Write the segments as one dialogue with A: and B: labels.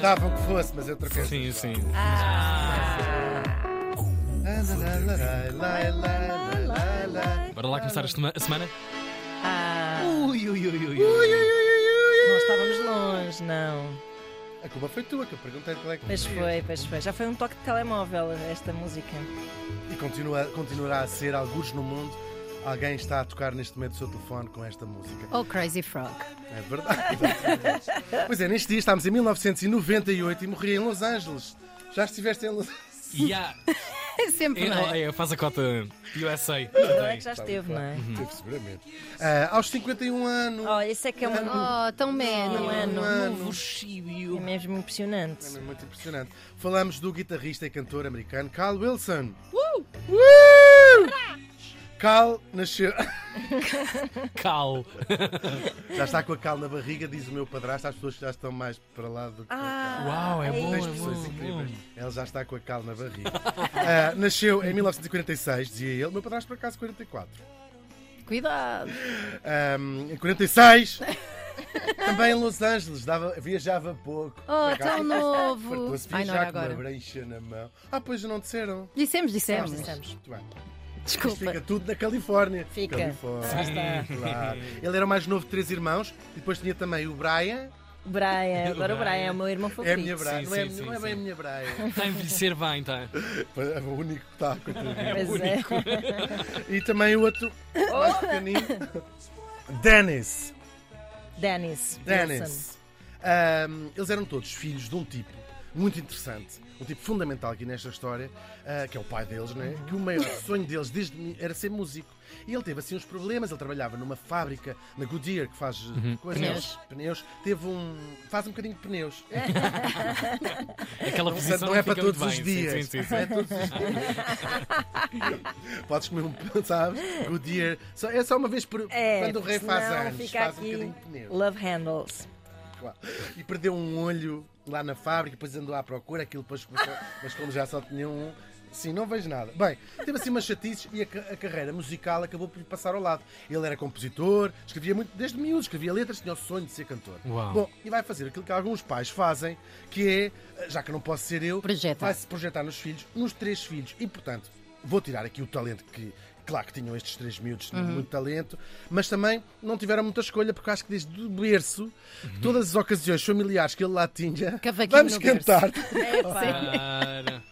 A: davam que fosse, mas eu troquei.
B: Sim, sim.
A: Ah, lá, lá, lá, lá, lá, lá, lá.
B: Bora lá começar a sema- a semana?
C: Ui, ui, ui, ui. Ah, Nós estávamos longe, não.
A: A culpa foi tua, que eu perguntei qual é que
C: Pois
A: querias.
C: foi, pois foi. Já foi um toque de telemóvel esta música.
A: E continua, continuará a ser, alguns no mundo, alguém está a tocar neste momento o seu telefone com esta música.
D: Ou Oh, Crazy Frog.
A: É verdade. pois é, neste dia estamos em 1998 e morri em Los Angeles. Já estiveste em Los Angeles?
B: Yeah.
D: Sempre, não é?
B: É, é, faz a cota USA.
C: Ela é que já esteve, não é?
A: Teve, seguramente. Ah, aos 51 anos.
C: Olha, isso é que é uma.
D: Oh, tão
C: Um
D: menos.
C: ano.
A: Mano.
C: É mesmo impressionante.
A: É muito impressionante. Falamos do guitarrista e cantor americano Carl Wilson. Uh! Carl nasceu.
B: Cal.
A: Já está com a cal na barriga, diz o meu padrasto. As pessoas já estão mais para lá do que para cá.
C: Ah,
B: Uau, é bom,
A: Tens
B: é
A: pessoas
B: bom. é
A: incríveis.
B: bom.
A: Ele já está com a cal na barriga. Ah, nasceu em 1946, dizia ele. Meu padrasto, por acaso, 44. é.
D: Cuidado.
A: Ahm, em 46. Também em Los Angeles, dava, viajava pouco.
D: Oh,
A: Por acaso,
D: tão novo.
A: fartou-se
D: Ai, não era
A: viajar com uma
D: agora.
A: brincha na mão. Ah, pois não disseram.
D: Dissemos, dissemos.
C: Dissemos, dissemos.
A: Muito bem. Isto
D: Desculpa.
A: Fica tudo na Califórnia.
C: Fica.
A: Califórnia.
C: Lá está.
A: Claro. Ele era o mais novo de três irmãos e depois tinha também o Brian.
C: Brian, agora o Brian é o meu irmão
A: É a
C: favorito.
A: minha Brian.
B: Sim,
A: não é,
B: sim,
A: não é
B: sim,
A: bem a
B: sim.
A: minha Brian.
B: Está a envelhecer bem, tá? está.
A: É o único que está a contribuir.
C: Pois é.
A: E também o outro
C: Oh.
A: mais pequenino. Dennis.
C: Dennis. Wilson.
A: Dennis. Ahm, eles eram todos filhos de um tipo muito interessante, um tipo fundamental aqui nesta história, ah, que é o pai deles, né?
C: Uhum.
A: que o maior sonho deles desde mi- era ser músico. E ele teve assim uns problemas, ele trabalhava numa fábrica na Goodyear que faz eh, coisas,
D: Pneus.
A: pneus, teve um. faz um bocadinho de pneus.
B: Aquela
A: Portanto,
B: posição
A: não é
B: fica
A: para todos
B: muito
A: os
B: bem.
A: dias.
B: Sim, sim, sim, sim.
A: Não é todos os dias. Podes comer um pão, sabes? Goodyear. Só, é só uma vez por,
C: É,
A: quando o rei faz
C: senão
A: anos.
C: fica
A: Faz um
C: aqui.
A: bocadinho de pneu.
C: Love Handles.
A: Claro. E perdeu um olho lá na fábrica, depois andou à procura, aquilo depois começou, mas como já só tinha um. Sim, não vejo nada. Bem, teve assim umas chatices e a, ca- a carreira musical acabou por lhe passar ao lado. Ele era compositor, escrevia muito, desde miúdo, escrevia letras, tinha o sonho de ser cantor.
B: Uau.
A: Bom, e vai fazer aquilo que alguns pais fazem, que é, já que não posso ser eu,
D: Projeta.
A: vai-se projetar nos filhos, nos três filhos. E, portanto, vou tirar aqui o talento que, claro que tinham estes três miúdos,
D: Uhum.
A: tinham muito talento, mas também não tiveram muita escolha, porque acho que desde o berço, todas as ocasiões familiares que ele lá tinha,
D: Cavaquinho
A: vamos
D: no
A: cantar.
B: Para.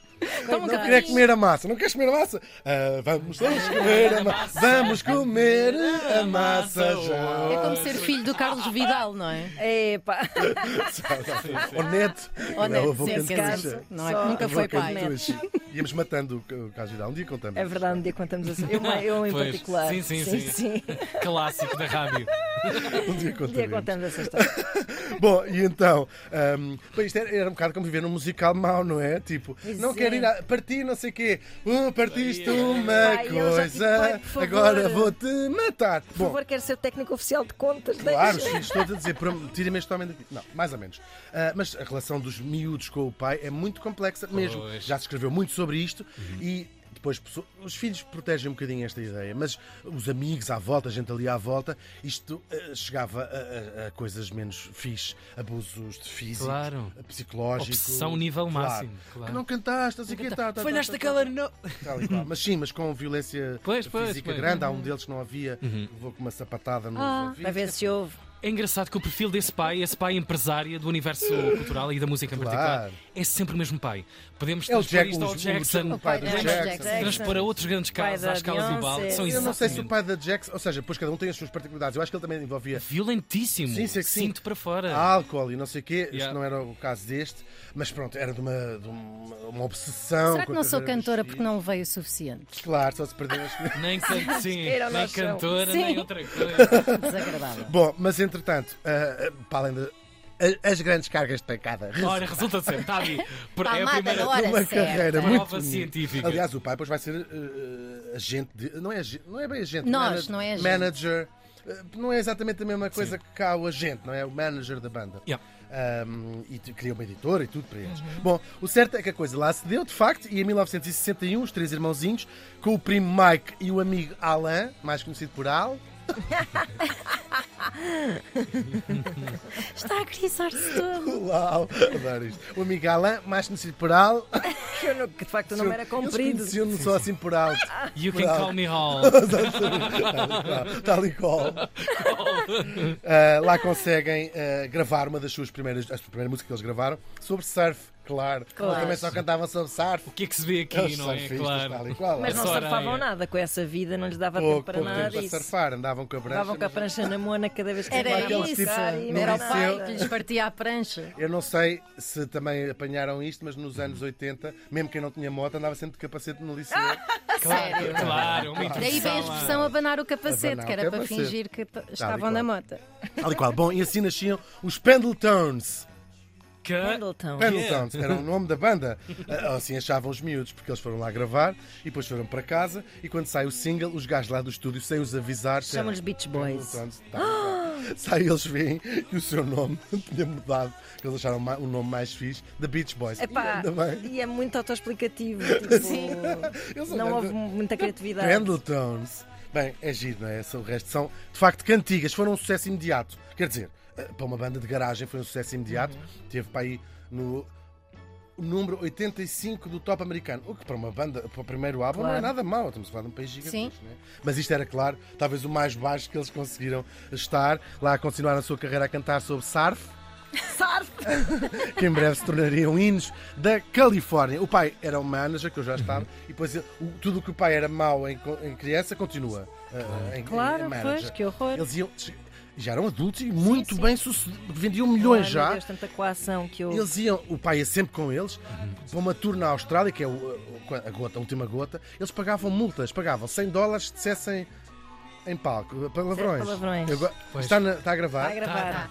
D: Toma
A: Não
D: cá.
A: queria comer a massa, não queres comer a massa? Ah, vamos, vamos comer a massa, vamos comer a massa já.
D: É como ser filho do Carlos Vidal, não é?
C: Epá.
A: Ou neto,
D: Ou
A: não,
D: neto,
A: eu vou
D: sim,
A: cantar.
D: sim,
C: cantuxa.
D: sim. Não é?
C: Só-
D: Nunca
A: Eu vou
D: foi pai.
A: cantar. Íamos matando o caso ideal, um dia contamos.
C: É verdade, um dia contamos assim. Eu, eu em
B: Pois.
C: particular.
B: Sim, sim, sim.
C: sim.
B: Clássico da rádio.
A: Um dia
C: Um dia
A: contaremos.
C: contamos essa história.
A: Bom, e então, um, bem, isto era, era um bocado como viver num musical mau, não é? Tipo,
C: Pois
A: não
C: é.
A: quero ir a partir, não sei o quê. Uh, partiste uma
C: Ai, eu já fico,
A: coisa,
C: pai, por favor.
A: agora vou-te matar.
C: Por
A: Bom,
C: favor, quero ser o técnico oficial de contas.
A: Claro,
C: deixa.
A: sim, estou a dizer, prom- tira-me este homem daqui. Não, mais ou menos. Ah, mas a relação dos miúdos com o pai é muito complexa mesmo.
B: Pois. Uhum.
A: Já se escreveu muito sobre isto e depois pesso- os filhos protegem um bocadinho esta ideia, mas os amigos à volta, a gente ali à volta, isto ah, chegava a, a- a coisas menos fixe, abusos de físico,
B: Claro.
A: psicológico.
B: Obsessão nível
A: Claro.
B: máximo, claro.
A: Não cantaste, assim que tá, tá, tá,
B: Falhaste
A: tá,
B: aquela.
A: tá.
B: No...
A: Tal e qual. Mas sim, mas com violência
B: Pois, pois,
A: física
B: pois. Uhum.
A: grande, há um deles que não havia, levou com uma sapatada no ah,
C: Para ver se houve.
B: É engraçado que o perfil desse pai, esse pai empresária do universo cultural e da música em
A: Claro.
B: particular, é sempre o mesmo pai. Podemos
A: É o
B: transpor
A: Jack,
B: isto ao
A: os-
B: Jackson,
A: o pai do
D: Jackson.
A: Jackson.
C: Jackson.
B: transpor a outros grandes
C: Pai
B: casos
C: da
B: à escala global, que
C: Beyoncé.
B: são
A: Eu não sei se o
B: exatamente
A: pai da Jackson, ou seja, pois cada um tem as suas particularidades. Eu acho que ele também envolvia
B: violentíssimo.
A: Sim, sim, sim.
B: Sinto para fora.
A: álcool e não sei o quê. Isto
B: Yeah.
A: não era o caso deste, mas pronto, era de uma, de uma, uma obsessão.
D: Será
A: com
D: que
A: a
D: não sou
A: carreira dos
D: cantora porque
A: filhos.
D: não veio o suficiente?
A: Claro, só se perdeu as
B: Nem, can... sim,
C: Queiram
B: nem
C: nós são.
B: cantora, nem
D: Sim.
B: outra coisa.
D: Desagradável.
A: Bom, mas entretanto, ah, ah, para além de. a- As grandes cargas de pancada.
B: Olha, resulta sempre, está ali. Por-
D: Pá,
B: É a
D: mata
B: primeira.
D: na hora.
A: Uma
D: certa.
A: carreira
B: Prova
A: muito. bonita.
B: científica.
A: Aliás, o pai depois vai ser ah, ah, agente. de- não, é, agi- não é bem agente.
D: Nós,
A: manag-
D: não é agente.
A: Manager. Ah, não é exatamente a mesma coisa que cá o agente, não é? O manager da banda.
B: Yeah.
A: Um, e t- criou uma editora e tudo para eles. Bom, o certo é que a coisa lá se deu, de facto, e em 1961, os três irmãozinhos, com o primo Mike e o amigo Alan, mais conhecido por Al,
E: Está a grisalhar-se todo.
A: Uau, adoro isto. O amigo Alain, mais conhecido por Al.
C: Eu não- que de facto o nome era comprido.
A: Eles conheciam-no só assim por alto.
B: You can
A: Bravo.
B: call me Hall.
A: Tal e qual. Ah, lá conseguem ah, gravar uma das suas primeiras, a primeira música que eles gravaram, sobre surf, claro. Eles também só cantavam sobre surf.
B: O que é que se vê aqui,
A: Eles tá
B: não é?
A: surfistas, tal e
B: Claro.
A: qual.
C: Mas não
B: Essa areia.
C: surfavam nada com essa vida, não lhes dava
A: pouco,
C: tempo para
A: pouco
C: nada
A: tempo a
C: disso.
A: surfar, andavam com a prancha.
C: Davam com a
A: mas-
C: prancha na moana cada vez que
A: É
D: Era
C: iam lá
A: aqueles
D: isso.
A: tipos
C: pescar e
A: no
D: Era o
C: era
A: liceu.
D: pai que lhes partia a prancha.
A: Eu não sei se também apanharam isto, mas nos anos 80, mesmo quem não tinha moto, andava sempre de capacete no liceu.
D: Sério.
B: Claro, é uma
D: Daí vem a expressão abanar o capacete,
A: Abanar o
D: que era para
A: capacete.
D: fingir que t- estavam
A: qual.
D: na mota.
A: Tal e qual. Bom, e assim nasciam os Pendletons.
B: Que...
C: Pendleton.
A: Pendletons era o nome da banda. Ah, Assim achavam os miúdos, porque eles foram lá gravar e depois foram para casa. E quando sai o single, os gajos lá do estúdio, sem os avisar, disseram,
C: Chamam-lhes Beach Boys.
A: Pendletons, tal e qual. tá, Sai eles veem que o seu nome tinha mudado, que eles acharam ma- o nome mais fixe, da Beach Boys.
C: Epá,
A: e ainda bem.
C: e é muito autoexplicativo. Tipo,
A: Eles
C: não
A: olharam-
C: houve muita criatividade.
A: Pendletons. Bem, é giro, não é? São- O resto são, de facto, cantigas. Foram um sucesso imediato. Quer dizer, eh, para uma banda de garagem foi um sucesso imediato. Teve para aí no o número 85 do top americano. O que para uma banda, para o primeiro álbum, não é
C: Claro.
A: nada mau. Estamos a falar de um país
D: Sim.
A: gigantesco, não é? Mas isto era, claro, talvez o mais baixo que eles conseguiram estar. Lá continuaram a sua carreira a cantar sobre Sarf
C: Sarf!
A: que em breve se tornariam hinos da Califórnia. O pai era um manager, que eu já estava, e depois ele- o- tudo o que o pai era mau em, co- em criança continua ah, em,
C: Claro,
A: em manager.
C: pois, que horror.
A: Eles iam, já eram adultos e muito bem sucedidos, vendiam milhões
C: Ai,
A: já.
C: Meu Deus, tanta coação que eu.
A: E Eles iam, o pai ia sempre com eles, para uma tour na Austrália, que é o- o- a gota, a última gota, eles pagavam multas, pagavam 100 dólares se dissessem em palco, eh, palavrões.
C: palavrões.
A: Eu go-
B: Pois.
A: está, na- está a gravar?
C: Vai gravar.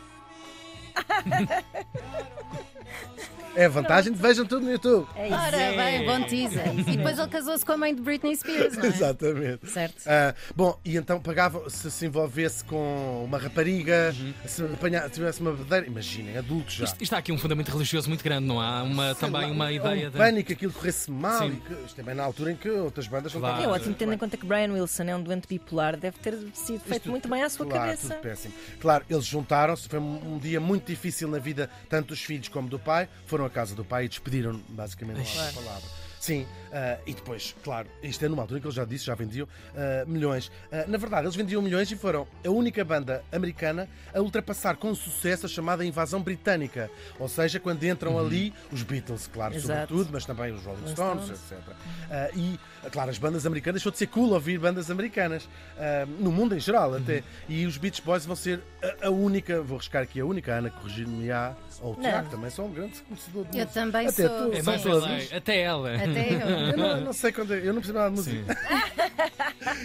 A: É a vantagem de vejam tudo no YouTube.
C: É isso.
D: Ora bem, bom teaser. E depois ele casou-se com a mãe de Britney Spears, não é?
A: Exatamente.
D: Certo.
A: Ah, bom, e então pagava se se envolvesse com uma rapariga, se apanha- tivesse uma bebedeira. Imaginem, adultos já.
B: Uhum. Isto há aqui um fundamento religioso muito grande, não há? Uma,
A: Tá. Sei
B: também
A: lá,
B: uma ideia
A: um
B: de.
A: pânico, aquilo corresse mal.
B: Sim.
A: E que, isto também na altura em que outras bandas não
B: Claro.
C: É
A: estavam-
C: ótimo, tendo em conta que Brian Wilson é um doente bipolar, deve ter sido feito
A: Isto
C: muito
A: tudo-
C: bem à sua
A: claro,
C: cabeça.
A: Tudo péssimo. Claro, eles juntaram-se, foi um um dia muito difícil na vida, tanto dos filhos como do pai. Foram à casa do pai e despediram basicamente a palavra. Sim, ah, e depois, claro, isto é numa altura em que eles já disse, já vendiam ah, milhões. Ah, na verdade, eles vendiam milhões e foram a única banda americana a ultrapassar com sucesso a chamada invasão britânica. Ou seja, quando entram ali os Beatles, claro,
C: Uhum. Exato.
A: sobretudo, mas também os Rolling Stones, etc. Ah, e, claro, as bandas americanas, deixou de ser cool ouvir bandas americanas, ah, no mundo em geral até. E os Beach Boys vão ser a, a única, vou arriscar aqui a única, a Ana, corrigir-me-á, ou o Tiago também, são um grande conhecedor de
D: Eu
A: música.
D: também
A: Até
D: sou.
A: tu,
B: É
D: sim.
B: mais
A: são
B: ela,
A: todos. É
B: até ela.
D: Até eu.
A: Eu não, eu não sei quando. é, Eu não percebo nada de música.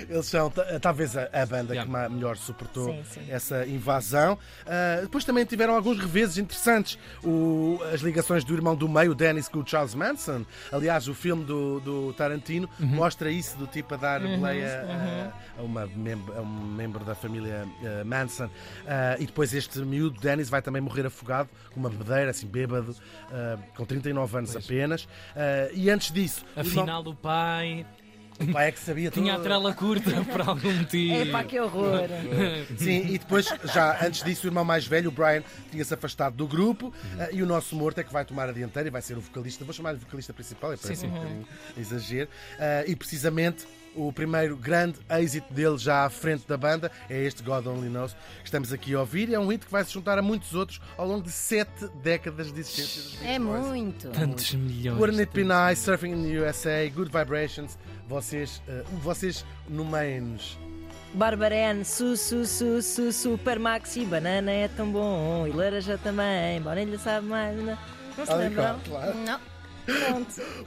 A: Eles são ta- talvez a, a banda
B: Yeah.
A: que ma- melhor suportou
C: Sim, sim.
A: essa invasão. Ah, depois também tiveram alguns reveses interessantes. O- as ligações do irmão do meio, o Dennis, com o Charles Manson. Aliás, o filme do, do Tarantino
B: Uhum.
A: mostra isso, do tipo a dar play a, a- a uma mem- a um membro da família ah, Manson. Ah, e depois este miúdo, Dennis, vai também morrer afogado com uma bebedeira, assim, bêbado, ah, com 39 anos apenas. Ah, e antes disso, o irmão-
B: Afinal, o pai
A: o pai é que sabia tudo.
B: tinha a trela curta por algum motivo.
A: É
C: Epá, que horror!
A: Sim, e depois, já antes disso, o irmão mais velho, o Brian, tinha-se afastado do grupo
B: Uhum.
A: eh, e o nosso morto é que vai tomar a dianteira e vai ser o vocalista. Vou chamar-lhe vocalista principal, é para
B: sim.
A: um bocadinho exagero. Eh, e precisamente o primeiro grande êxito dele já à frente da banda é este God Only Knows que estamos aqui a ouvir. E é um hit que vai se juntar a muitos outros ao longo de sete décadas de existência. dos
D: É
A: Beach Boys.
D: muito.
B: Tantos milhões.
A: Wouldn't it be nice, Surfing in the USA, Good Vibrations, vocês, eh, vocês no menos.
C: Barbarene, su, su, su, su, super maxi, banana é tão bom, e laranja também, Bonilha sabe mais. Não, não é
A: Tal
C: se
A: e qual,
C: lembram?
A: claro.
D: Não.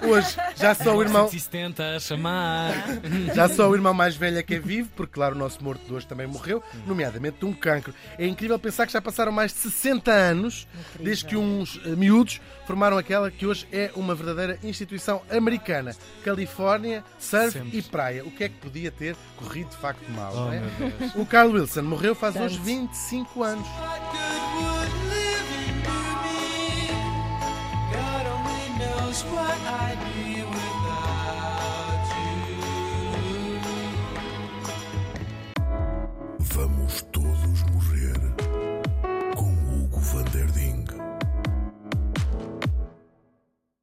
A: Hoje já só é o irmão,
B: 170 a chamar.
A: já só o irmão mais velho é que é vivo, porque claro, o nosso morto de hoje também morreu, nomeadamente de um cancro. É incrível pensar que já passaram mais de 60 anos desde que uns eh, miúdos formaram aquela que hoje é uma verdadeira instituição americana. Califórnia, surf
B: Sempre.
A: e praia. O que é que podia ter corrido de facto mal?
B: Oh,
A: não é?
B: meu Deus.
A: O Carl Wilson morreu faz
C: Tanto.
A: hoje 25 anos.
F: What good would living do me? God only knows what I'd be without you.
A: Vamos todos morrer.